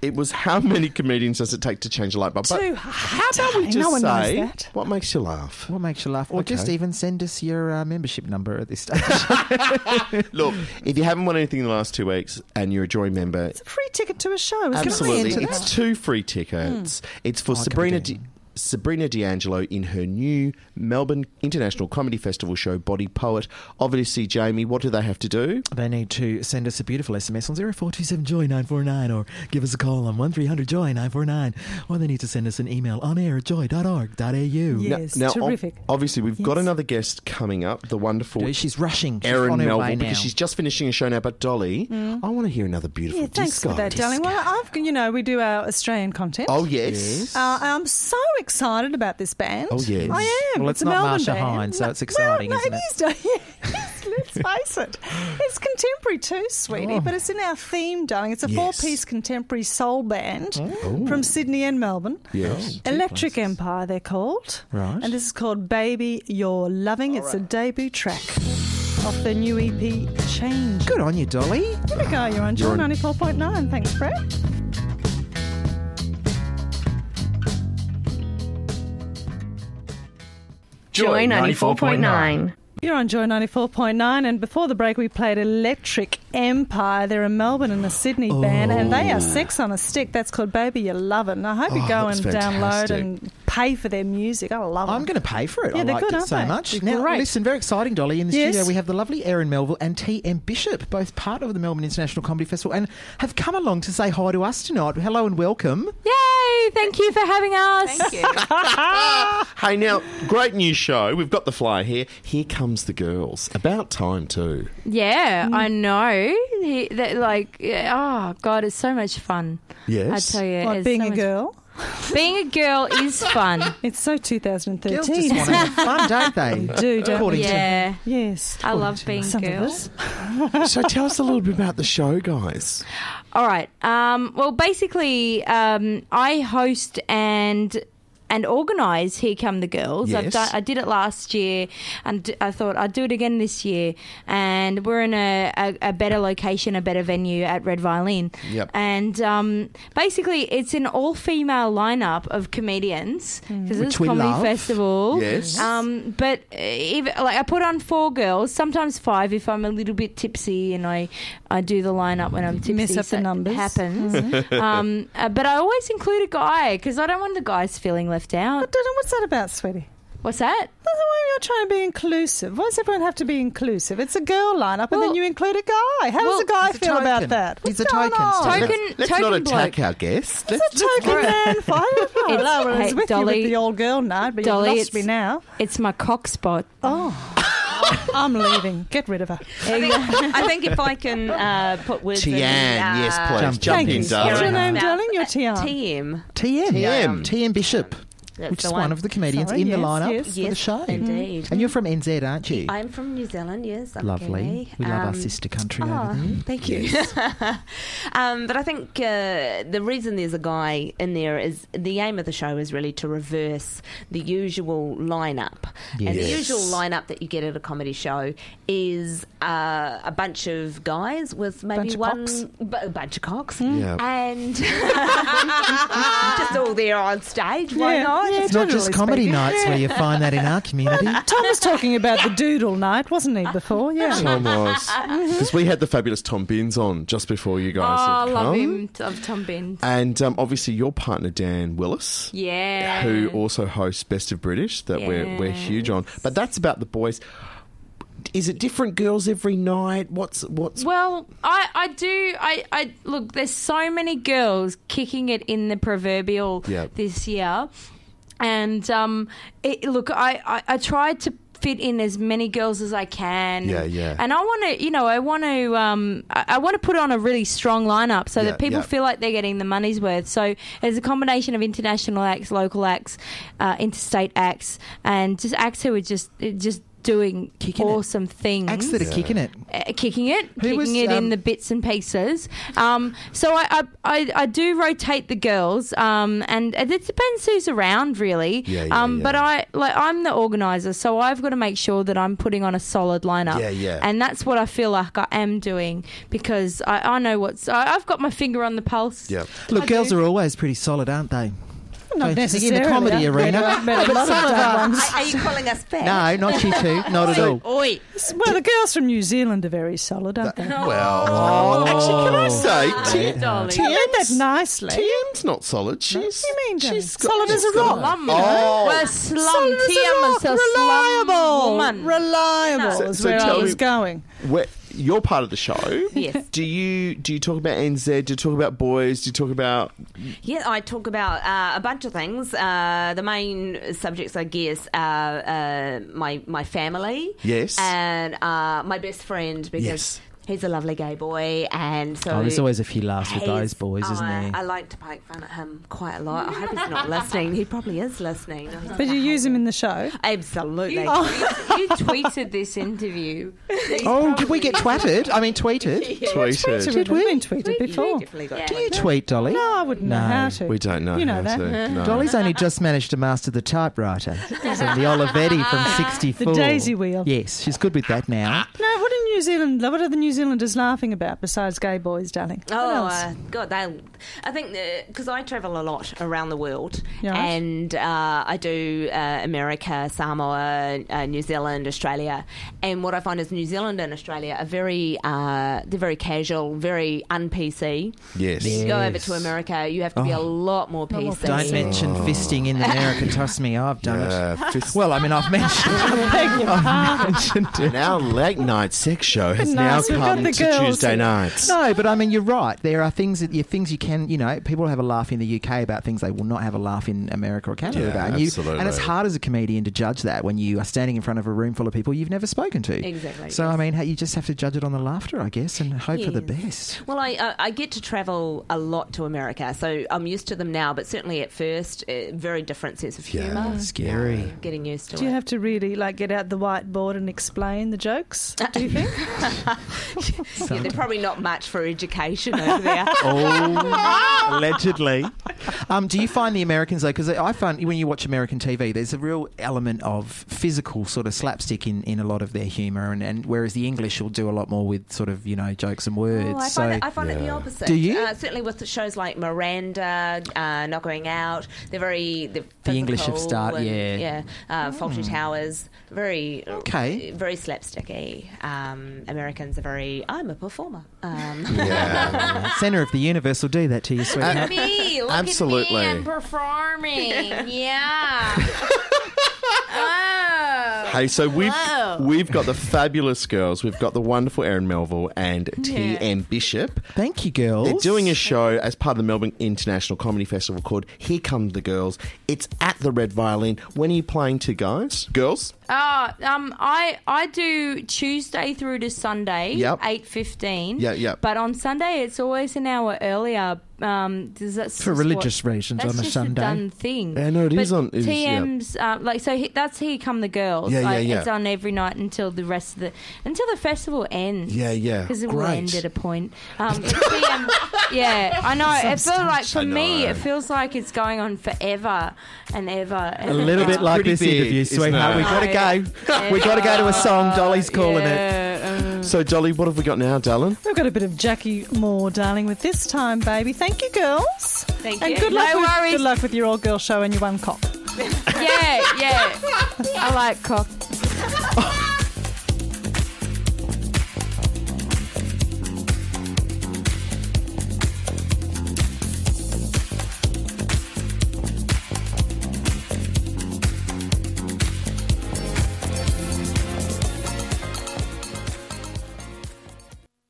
F: It was how many comedians does it take to change a light bulb? But
C: how
F: how we just
C: no one
F: say
C: knows that.
F: what makes you laugh?
D: What makes you laugh? Or just
F: Okay.
D: even send us your uh, membership number at this stage.
F: *laughs* Look, if you haven't won anything in the last two weeks and you're a Joy member,
C: It's a free ticket to a show. It's
F: absolutely,
C: Can I enter
F: it's two free tickets.
C: Hmm.
F: It's for Sabrina. D- Sabrina D'Angelo in her new Melbourne International Comedy Festival show, Body Poet. Obviously, Jamie, what do they have to do?
D: they need to send us a beautiful SMS on 0427 Joy 949 or give us a call on 1300 Joy 949 or they need that. Or send us an email on air at joy.org.au.
C: Yeah. Yes,
F: ob-
C: terrific.
F: obviously, we've got
C: Yes.
F: another guest coming up, the wonderful
D: She's rushing. She's
F: Erin
D: on her way
F: Melville,
D: now.
F: because she's just finishing a show now. But Dolly, I want to hear another beautiful
C: Yeah, thanks
F: disco.
C: for that, darling. Well, I've you know we do our Australian content.
F: Oh yes.
C: Uh, I'm so excited about this band.
F: Oh, yes.
C: I am.
D: Well, it's
C: a
D: not
C: Melbourne
D: Marsha
C: band.
D: Hines, so
C: No-
D: it's exciting,
C: well,
D: isn't it?
C: no, it is. *laughs* yes, let's face it. It's contemporary too,
D: Oh.
C: sweetie, but it's in our theme, darling. It's a
F: Yes.
C: four-piece contemporary soul band
D: Oh.
C: from Sydney and Melbourne. Oh,
F: Yes.
C: Electric Empire, they're called.
D: Right.
C: And this is called Baby You're Loving. it's a debut track off their new E EP, Change.
D: Good on you, Dolly.
C: Here we go, you're on Joy 94.9. Thanks, Brett.
G: Joy 94.9.
C: You're on Joy 94.9, and before the break, we played Electric Empire. They're a Melbourne and a Sydney band, and they are sex on a stick. That's called Baby You Love It. And I hope you
F: Oh,
C: go and
F: that's
C: download
F: fantastic.
C: and pay for their music. I love
D: I'm
C: it.
D: going to pay for it.
C: Yeah,
D: I
C: they're
D: liked
C: good,
D: it
C: aren't
D: so
C: they?
D: much.
C: They're
D: now,
C: great.
D: listen, very exciting, Dolly. In the
C: Yes.
D: studio, we have the lovely Erin Melville and T.M. Bishop, both part of the Melbourne International Comedy Festival, and have come along to say hi to us tonight. Hello and welcome.
K: Yay! Thank you for having us.
F: Hey, now, great new show. We've got the flyer here. Here comes the girls. About time too.
K: Yeah, I know. He- that, like, yeah, oh god, it's so much fun.
F: Yes.
K: I tell you,
C: Like
K: it's
C: being
K: so
C: a
K: much-
C: girl.
K: Being a girl is
C: *laughs*
K: fun.
C: It's so 2013.
D: Girls
C: *laughs*
D: just want to *laughs* have fun, don't they?
C: do, don't
D: According
C: we?
K: yeah,
C: Yes.
K: I love being
C: Some of
K: girls.
C: us.
F: so tell us a little bit about the show, guys.
K: All right. Um, well, basically, um, I host and and organise Here Come the Girls.
F: Yes.
K: I've done, I did it last year, and d- I thought I'd do it again this year. And we're in a, a, a better location, a better venue at Red Violin.
F: Yep.
K: And um, basically, it's an all female lineup of comedians
F: Mm.
K: because it's
D: we
K: a comedy
D: love.
K: festival.
F: Yes.
K: Um, but uh, if, like I put on four girls, sometimes five if I'm a little bit tipsy and I, I do the lineup when I'm tipsy.
C: Mess up the
K: so it
C: numbers. Mm-hmm.
K: happens. *laughs* um, uh, but I always include a guy because I don't want the guys feeling left
C: I
K: out.
C: don't know what's that about, sweetie.
K: What's that?
C: That's why you're trying to be inclusive. Why does everyone have to be inclusive? It's a girl lineup, and then
K: Well-
C: you include a guy. How
K: Well,
C: does a guy
D: he's a
C: feel
D: token.
C: about that?
D: He's
C: What's
D: a
C: going
D: token,
C: on?
D: Steve.
K: Token,
F: Let's
K: token
F: not
K: bloke.
F: attack our guests. Let's,
C: It's a token man for you.
K: It's-
C: Hello, well, I was
K: hey,
C: with you
K: Dolly-
C: with the old girl night, but
K: Dolly,
C: you lost
K: it's-
C: me now.
K: It's my cock spot.
C: Oh, I'm leaving. Get rid of her.
L: I think, I think if I can uh, put words
F: Tian,
L: in. uh,
F: yes, please. Jump,
D: Jump
F: in,
C: Thank
D: in.
C: you.
F: darling.
C: What's your name,
L: Now,
C: darling? You're Tian.
L: TM.
D: T.M.
F: TM.
D: T.M. Bishop,
L: That's
D: which
L: the
D: is one.
L: one.
D: of the comedians
C: Sorry,
D: in
C: yes,
D: the lineup
C: yes.
D: for the show.
L: indeed.
D: And you're from NZ, aren't you?
L: I'm from New Zealand, yes. I'm
D: Lovely.
L: Kiwi.
D: We love our
L: Um,
D: sister country over
L: Oh,
D: there.
L: thank you. *laughs* um, but I think uh, the reason there's a guy in there is the aim of the show is really to reverse the usual lineup. And the
F: Yes.
L: usual lineup that you get at a comedy show is uh, a bunch of guys with
C: Bunch
L: maybe
C: of
L: one
C: cocks.
L: bu- a bunch of cocks
F: Yeah.
C: *laughs*
L: and *laughs* just all there on stage. Why
C: Yeah,
L: not?
C: yeah,
D: It's not
C: generally
D: just comedy
C: speaking.
D: nights where you find that in our community.
C: Tom was talking about the doodle night, wasn't he, before? Yeah.
F: Tom was. Because we had the fabulous Tom Beans on just before you
K: Oh,
F: guys
K: I
F: had come.
K: love him. Love Tom Benn.
F: And um, obviously, your partner, Dan Willis.
K: Yeah.
F: who also hosts Best of British that we're, we're huge on. But that's about the boys. Is it different girls every night? What's what's
K: Well, I, I do. I, I look. There's so many girls kicking it in the proverbial
F: Yeah.
K: this year, and um, it, look, I, I, I tried to fit in as many girls as I can.
F: Yeah, yeah.
K: And I want to, you know, I want to, um, I, I want to put on a really strong lineup so
F: Yeah,
K: that people
F: yeah.
K: feel like they're getting the money's worth. So there's a combination of international acts, local acts, uh, interstate acts, and just acts who are just just doing awesome things.
D: Acts that are Yeah. kicking it.
K: Uh, kicking it, kicking
D: was,
K: it
D: um,
K: in the bits and pieces. Um, so I, I, I, I do rotate the girls, um, and it depends who's around, really.
I: Yeah, yeah,
K: um,
I: yeah.
K: But I, like, I'm the organizer, so I've got to make sure that I'm putting on a solid lineup.
I: Yeah, yeah.
K: And that's what I feel like I am doing because I, I know what's. I, I've got my finger on the pulse.
F: Yeah.
D: Look,
K: I
D: girls
K: do.
D: are always pretty solid, aren't they?
K: Not
D: Don't think in the
K: necessarily.
D: comedy
K: I've
D: arena.
K: met- I've met a
D: But
K: lot of
D: some
K: dumb
D: our-
L: Are, are you calling us
D: *laughs*
L: back?
D: No, not you two. Not at all.
K: Oi.
C: Well, the girls from New Zealand are very solid, aren't they?
F: Well,
A: Oh.
F: Oh. actually, can I say, Tim,
C: She did that nicely.
F: Tim's not solid. She's
C: you mean, Jane?
F: she's Oh.
C: solid as a rock.
K: Slum, you know?
I: Oh.
K: We're Oh, slum.
C: Solid as a
K: TM
C: rock.
K: is a
C: Reliable.
K: slum woman.
C: Reliable
F: So-
C: is
F: so
C: where I
F: tell
C: was
F: me-
C: going.
F: Where, you're part of the show.
L: Yes.
F: Do you do you talk about NZ? Do you talk about boys? Do you talk about
L: Yeah, I talk about uh, a bunch of things. Uh, the main subjects, I guess, are uh, my my family.
F: Yes.
L: and uh, my best friend because
D: Yes.
L: he's a lovely gay boy, and so
D: Oh, there's always a few laughs with
L: he's-
D: those boys, isn't
L: I-
D: there?
L: I like to poke fun at him quite a lot. I hope he's not listening. He probably is listening.
C: But you use them in the show.
L: Absolutely.
K: You, you tweeted this interview.
D: Oh, did we
L: *laughs*
D: get twatted? I mean, tweeted.
F: Tweeted.
D: Did we?
C: Been tweeted before.
D: Do you tweet, Dolly?
C: No, I wouldn't know how to.
F: We don't know
C: You know
F: how
C: that.
D: *laughs*
F: to, no.
D: Dolly's only just managed to master the typewriter. She's in the Olivetti from 64.
C: daisy wheel.
D: Yes, she's good with that now.
C: No, what are New Zealand? What are the New Zealanders laughing about besides gay boys, darling? What
L: Oh
C: else?
L: uh, God! They, I think because I travel a lot around the world,
C: Yes.
L: and uh, I do uh, America, Samoa, uh, New Zealand, Australia, and what I find is New Zealand and Australia are very uh, they're very casual, very un PC.
F: Yes.
L: You go over
D: Yes.
L: to America, you have to be a
D: Oh.
L: lot more PC.
D: Don't mention fisting in America. Trust me, I've done
F: Yeah,
L: *laughs*
D: it. Well, I mean, I've mentioned. I've mentioned it.
F: And our late night sex show has
D: Nice,
F: now
D: we've got
F: come
D: the
F: to
D: girls.
F: Tuesday nights.
D: No, but I mean, you're right. There are things that you, things you can, you know, people have a laugh in the UK about things they will not have a laugh in America or Canada
F: Yeah,
D: about. And, you,
F: absolutely.
D: and it's hard as a comedian to judge that when you are standing in front of a room full of people you've never spoken to.
L: Exactly,
D: So, I mean, hey, you just have to judge it on the laughter, I guess, and hope for the best.
L: Well, I, I I get to travel a lot to America, so I'm used to them now. But certainly at first, uh, very different sense of humour.
D: Scary.
L: Getting used to
C: Do
L: it.
C: you have to really like get out the whiteboard and explain the jokes?
K: Uh,
C: Do you think?
K: *laughs*
L: Yeah, they're probably not much for education
K: *laughs*
L: over there.
D: Oh, allegedly. Um, do you find the Americans though? Because I find when you watch American TV, there's a real element of physical sort of slapstick in, in a lot of their humour, and, and whereas the English will do a lot more with sort of you know jokes and words.
L: Oh, I
D: so
L: find, it, I find it the opposite.
D: Do you?
L: Uh, certainly with the shows like Miranda, uh, Not Going Out, they're very they're
D: The English have
L: physical
D: start-
L: and-
D: yeah. Mm.
L: yeah. Uh, Faulty Towers, very
D: Okay.
L: very slapsticky. Um, Americans are very. I'm a performer. Um,
D: Centre of the universe will do that to you, sweetheart.
K: me. Look
D: Absolutely.
K: at me.
L: *laughs*
K: I'm
D: *laughs*
K: performing. Yeah. oh.
F: Hey, so we've
K: Hello.
F: we've got the fabulous girls. We've got the wonderful Erin Melville and T. M. Bishop.
D: Thank you, girls.
F: They're doing a show as part of the Melbourne International Comedy Festival called "Here Come the Girls." It's at the Red Violin. When are you playing to guys? Girls?
K: Oh, um, I I do Tuesday through to Sunday,
F: Yep.
K: eight fifteen.
F: Yeah, yeah.
K: But on Sunday, it's always an hour earlier. Um, does that
D: For religious reasons
K: that's
D: on a
K: just
D: Sunday.
K: done thing.
F: Yeah, no, it
K: but
F: is on- it is, yeah.
K: TM's uh, like so. He, that's here come the girls.
F: Yeah, yeah,
K: like,
F: yeah.
K: It's on every night until the rest of the until the festival ends.
F: Yeah, yeah.
K: Because it will
F: Great.
K: end at
F: *laughs*
K: a point. Um, but TM, yeah, I know. It feels like for
F: I
K: me,
F: know.
K: it feels like it's going on forever and ever. And
D: A little bit
K: ever.
D: like
F: Pretty
D: this
F: big,
D: interview,
F: isn't
D: sweetheart.
F: it?
D: We've got to go.
K: Yeah.
D: We've got to go to a song. Dolly's calling it.
K: Yeah, um,
F: So, Dolly, what have we got now, darling?
C: We've got a bit of Jackie Moore, darling, with this time, baby. Thank you, girls.
K: Thank
C: and
K: you.
C: good luck.
K: No
C: with,
K: worries.
C: Good luck with your old girl show and your one cop.
K: yeah, yeah. I like cock.
M: *laughs*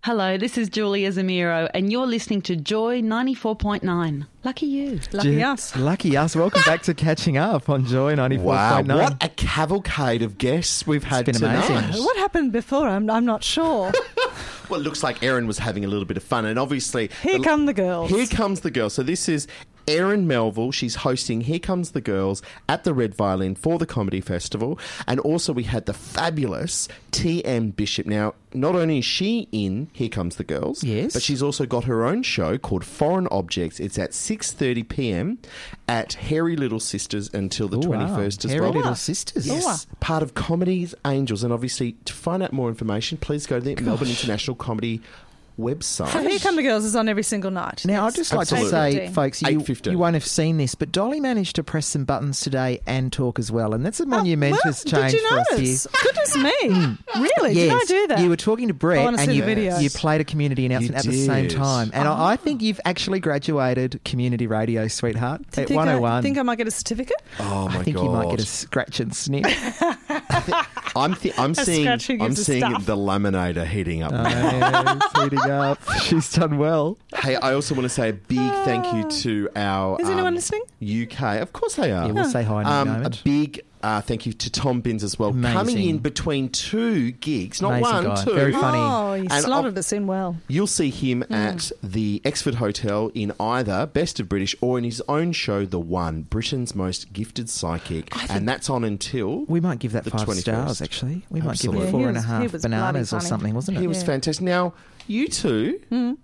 M: Hello, this is Julia Zamiro, and you're listening to Joy 94.9. Lucky you.
D: Ju- Lucky us. Welcome back to catching up on Joy ninety four
F: Wow,
D: point nine.
F: what a cavalcade of guests we've had
D: been
F: tonight.
D: amazing.
C: What happened before? I'm, I'm not
D: *laughs*
C: sure.
F: Well, it looks like Erin was having a little bit of fun, and obviously,
C: Here
F: the-
C: come the girls.
F: Here comes the girl. So this is Erin Melville. She's hosting Here Comes the Girls at the Red Violin for the Comedy Festival. And also, we had the fabulous TM Bishop. Now, not only is she in Here Comes the Girls, yes. but she's also got her own show called Foreign Objects. It's at 6.30 p.m. at Hairy Little Sisters until the
D: Ooh, wow.
F: 21st as
D: Hairy
F: well.
D: Little Sisters.
F: Yes.
D: Ooh, wow.
F: Part of Comedy's Angels. And obviously, to find out more information, please go to the Melbourne International Comedy website.
C: So Here Come the Girls is on every single night.
D: Now, I'd just like to say, folks, you, you won't have seen this, but Dolly managed to press some buttons today and talk as well. And that's a monumentous
C: Well,
D: change
C: Oh, did you
D: for us
C: notice?
D: here. Hmm.
C: Goodness me. Really?
D: Yes.
C: Did I do that?
D: You were talking to
C: I
D: Brett
C: wanna
D: and
C: see
D: you,
C: the videos. Oh.
D: you played a community announcement at the same
F: did.
D: time. And I I think you've actually graduated community radio, sweetheart,
C: Do you
D: at
C: think
D: 101.
C: I think I might get a certificate?
F: Oh my
D: I think you might get a
F: God.
D: scratch
C: *laughs*
D: and sniff.
F: I'm, th-
D: *laughs*
F: I'm
C: A
F: seeing,
C: scratching
F: I'm
C: is a
F: seeing
C: stuff.
F: the laminator heating up. *laughs*
D: heating up. She's Oh, done well. Ah.
F: Hey, I also want to say a big thank you to our.
C: Is anyone listening?
F: UK, of course they are. Um,
D: Yeah, we'll say hi in a moment.
F: A big uh, thank you to Tom Binns as well,
D: Amazing.
F: coming in between two gigs, not
D: Amazing
F: one,
D: guy.
F: two.
D: Very funny.
C: Oh, you
F: And I'll-
C: slotted us in well.
F: You'll see him
C: Hmm.
F: at the Exford Hotel in either Best of British or in his own show, The One, Britain's Most Gifted Psychic, and that's on until
D: We might give that
F: the
D: five
F: 21st.
D: stars, actually. We might give
F: Absolutely.
D: it
F: Yeah,
D: four
F: he
D: and a
F: was-
D: half
F: he was bloody
D: bananas or
F: funny.
D: something, wasn't it?
F: He was fantastic. Now, you two,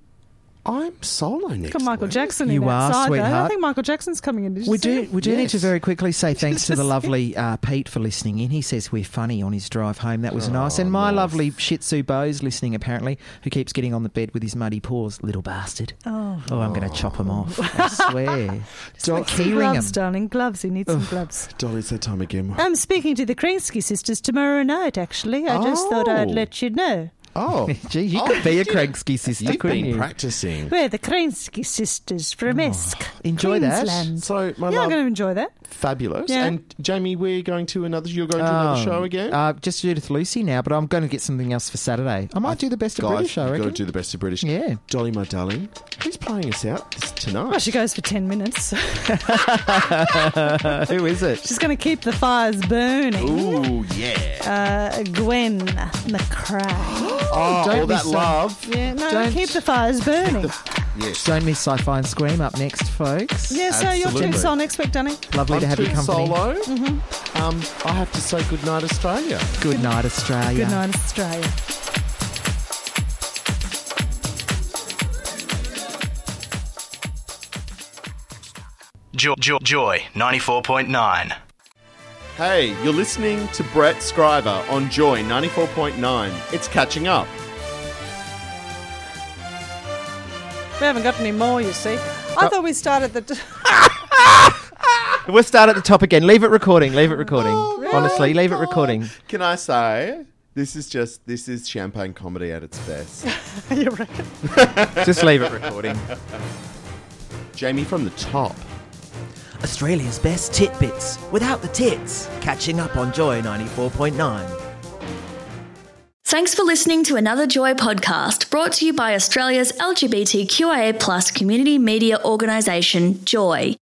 F: I'm solo next.
C: Look at Hmm. Michael
F: week.
C: Jackson
D: You
C: in
D: are,
C: outside, though. I
D: sweetheart.
C: think Michael Jackson's coming in. Did you
D: We
C: see
D: do.
C: it?
D: We do need to
F: Yes.
D: very quickly say
C: *laughs*
D: thanks to the
C: Just-
D: lovely uh, Pete for listening in. He says we're funny on his drive home. That was nice. And
C: Oh,
D: my lovely Shih Tzu Bo's listening apparently, who keeps getting on the bed with his muddy paws, little bastard.
C: Oh.
D: Oh, I'm going to chop him off.
C: *laughs*
D: I swear. Stop
C: Some
D: hearing him.
C: gloves, darling. Gloves. He needs some gloves.
F: Dolly, it's that time again.
C: I'm speaking to the Krinsky sisters tomorrow night, actually. I just thought I'd
F: Oh.
C: let you know.
F: *laughs*
C: *laughs*
F: Oh,
D: *laughs* Gee, you
F: Oh,
D: could be
F: you
D: a
F: did-
D: Kranksky sister,
F: You've
D: couldn't
F: been
D: you?
F: practicing.
C: We're the Krinsky sisters from Esk.
D: Oh, Enjoy that.
C: Queensland.
F: So, my
C: yeah, I'm
F: love,
C: going to enjoy that.
F: fabulous.
C: Yeah.
F: And Jamie, we're going to another. You're going to another
D: Oh,
F: show again.
D: Uh, just Judith Lucy now, but I'm going to get something else for Saturday. I might do the best of
F: Guys,
D: British. I
F: you've got to
D: reckon.
F: do the best of British.
D: Yeah.
F: Dolly, my darling, who's playing us out this, tonight?
C: Well, she goes for 10 minutes. *laughs*
D: Who is it?
C: She's going to keep the fires burning.
D: Oh,
F: Ooh, yeah.
C: Uh, Gwen McCrae.
F: Oh,
D: Don't
F: all
D: be
F: that
D: so-
F: love.
C: Yeah, no,
D: Don't-
C: keep the fires
D: *laughs*
C: burning.
F: Yes.
D: Don't miss Sci-Fi and Scream up next, folks.
C: Yeah, so your
F: Absolutely.
C: two's on next week, Danny.
D: Lovely
F: I'm
D: to have you
F: doing
D: company. Mm-hmm.
F: solo. Um, I have to say goodnight, Australia.
D: Good night, Australia.
C: Good night, Australia.
J: Jo- jo- Joy 94.9.
F: Hey, you're listening to Brett Scriver on Joy 94.9. It's catching up.
C: We haven't got any more, you see. I thought we started *laughs* the.
D: We'll start at the top again. Leave it recording. Leave it recording. Honestly, leave it recording.
F: Can I say this is just this is champagne comedy at its best.
C: you reckon?
D: Just leave it recording.
F: *laughs* Jamie from the top.
N: Australia's best titbits without the tits. Catching up on Joy 94.9.
O: Thanks for listening to another Joy podcast brought to you by Australia's LGBTQIA plus community media organisation, Joy.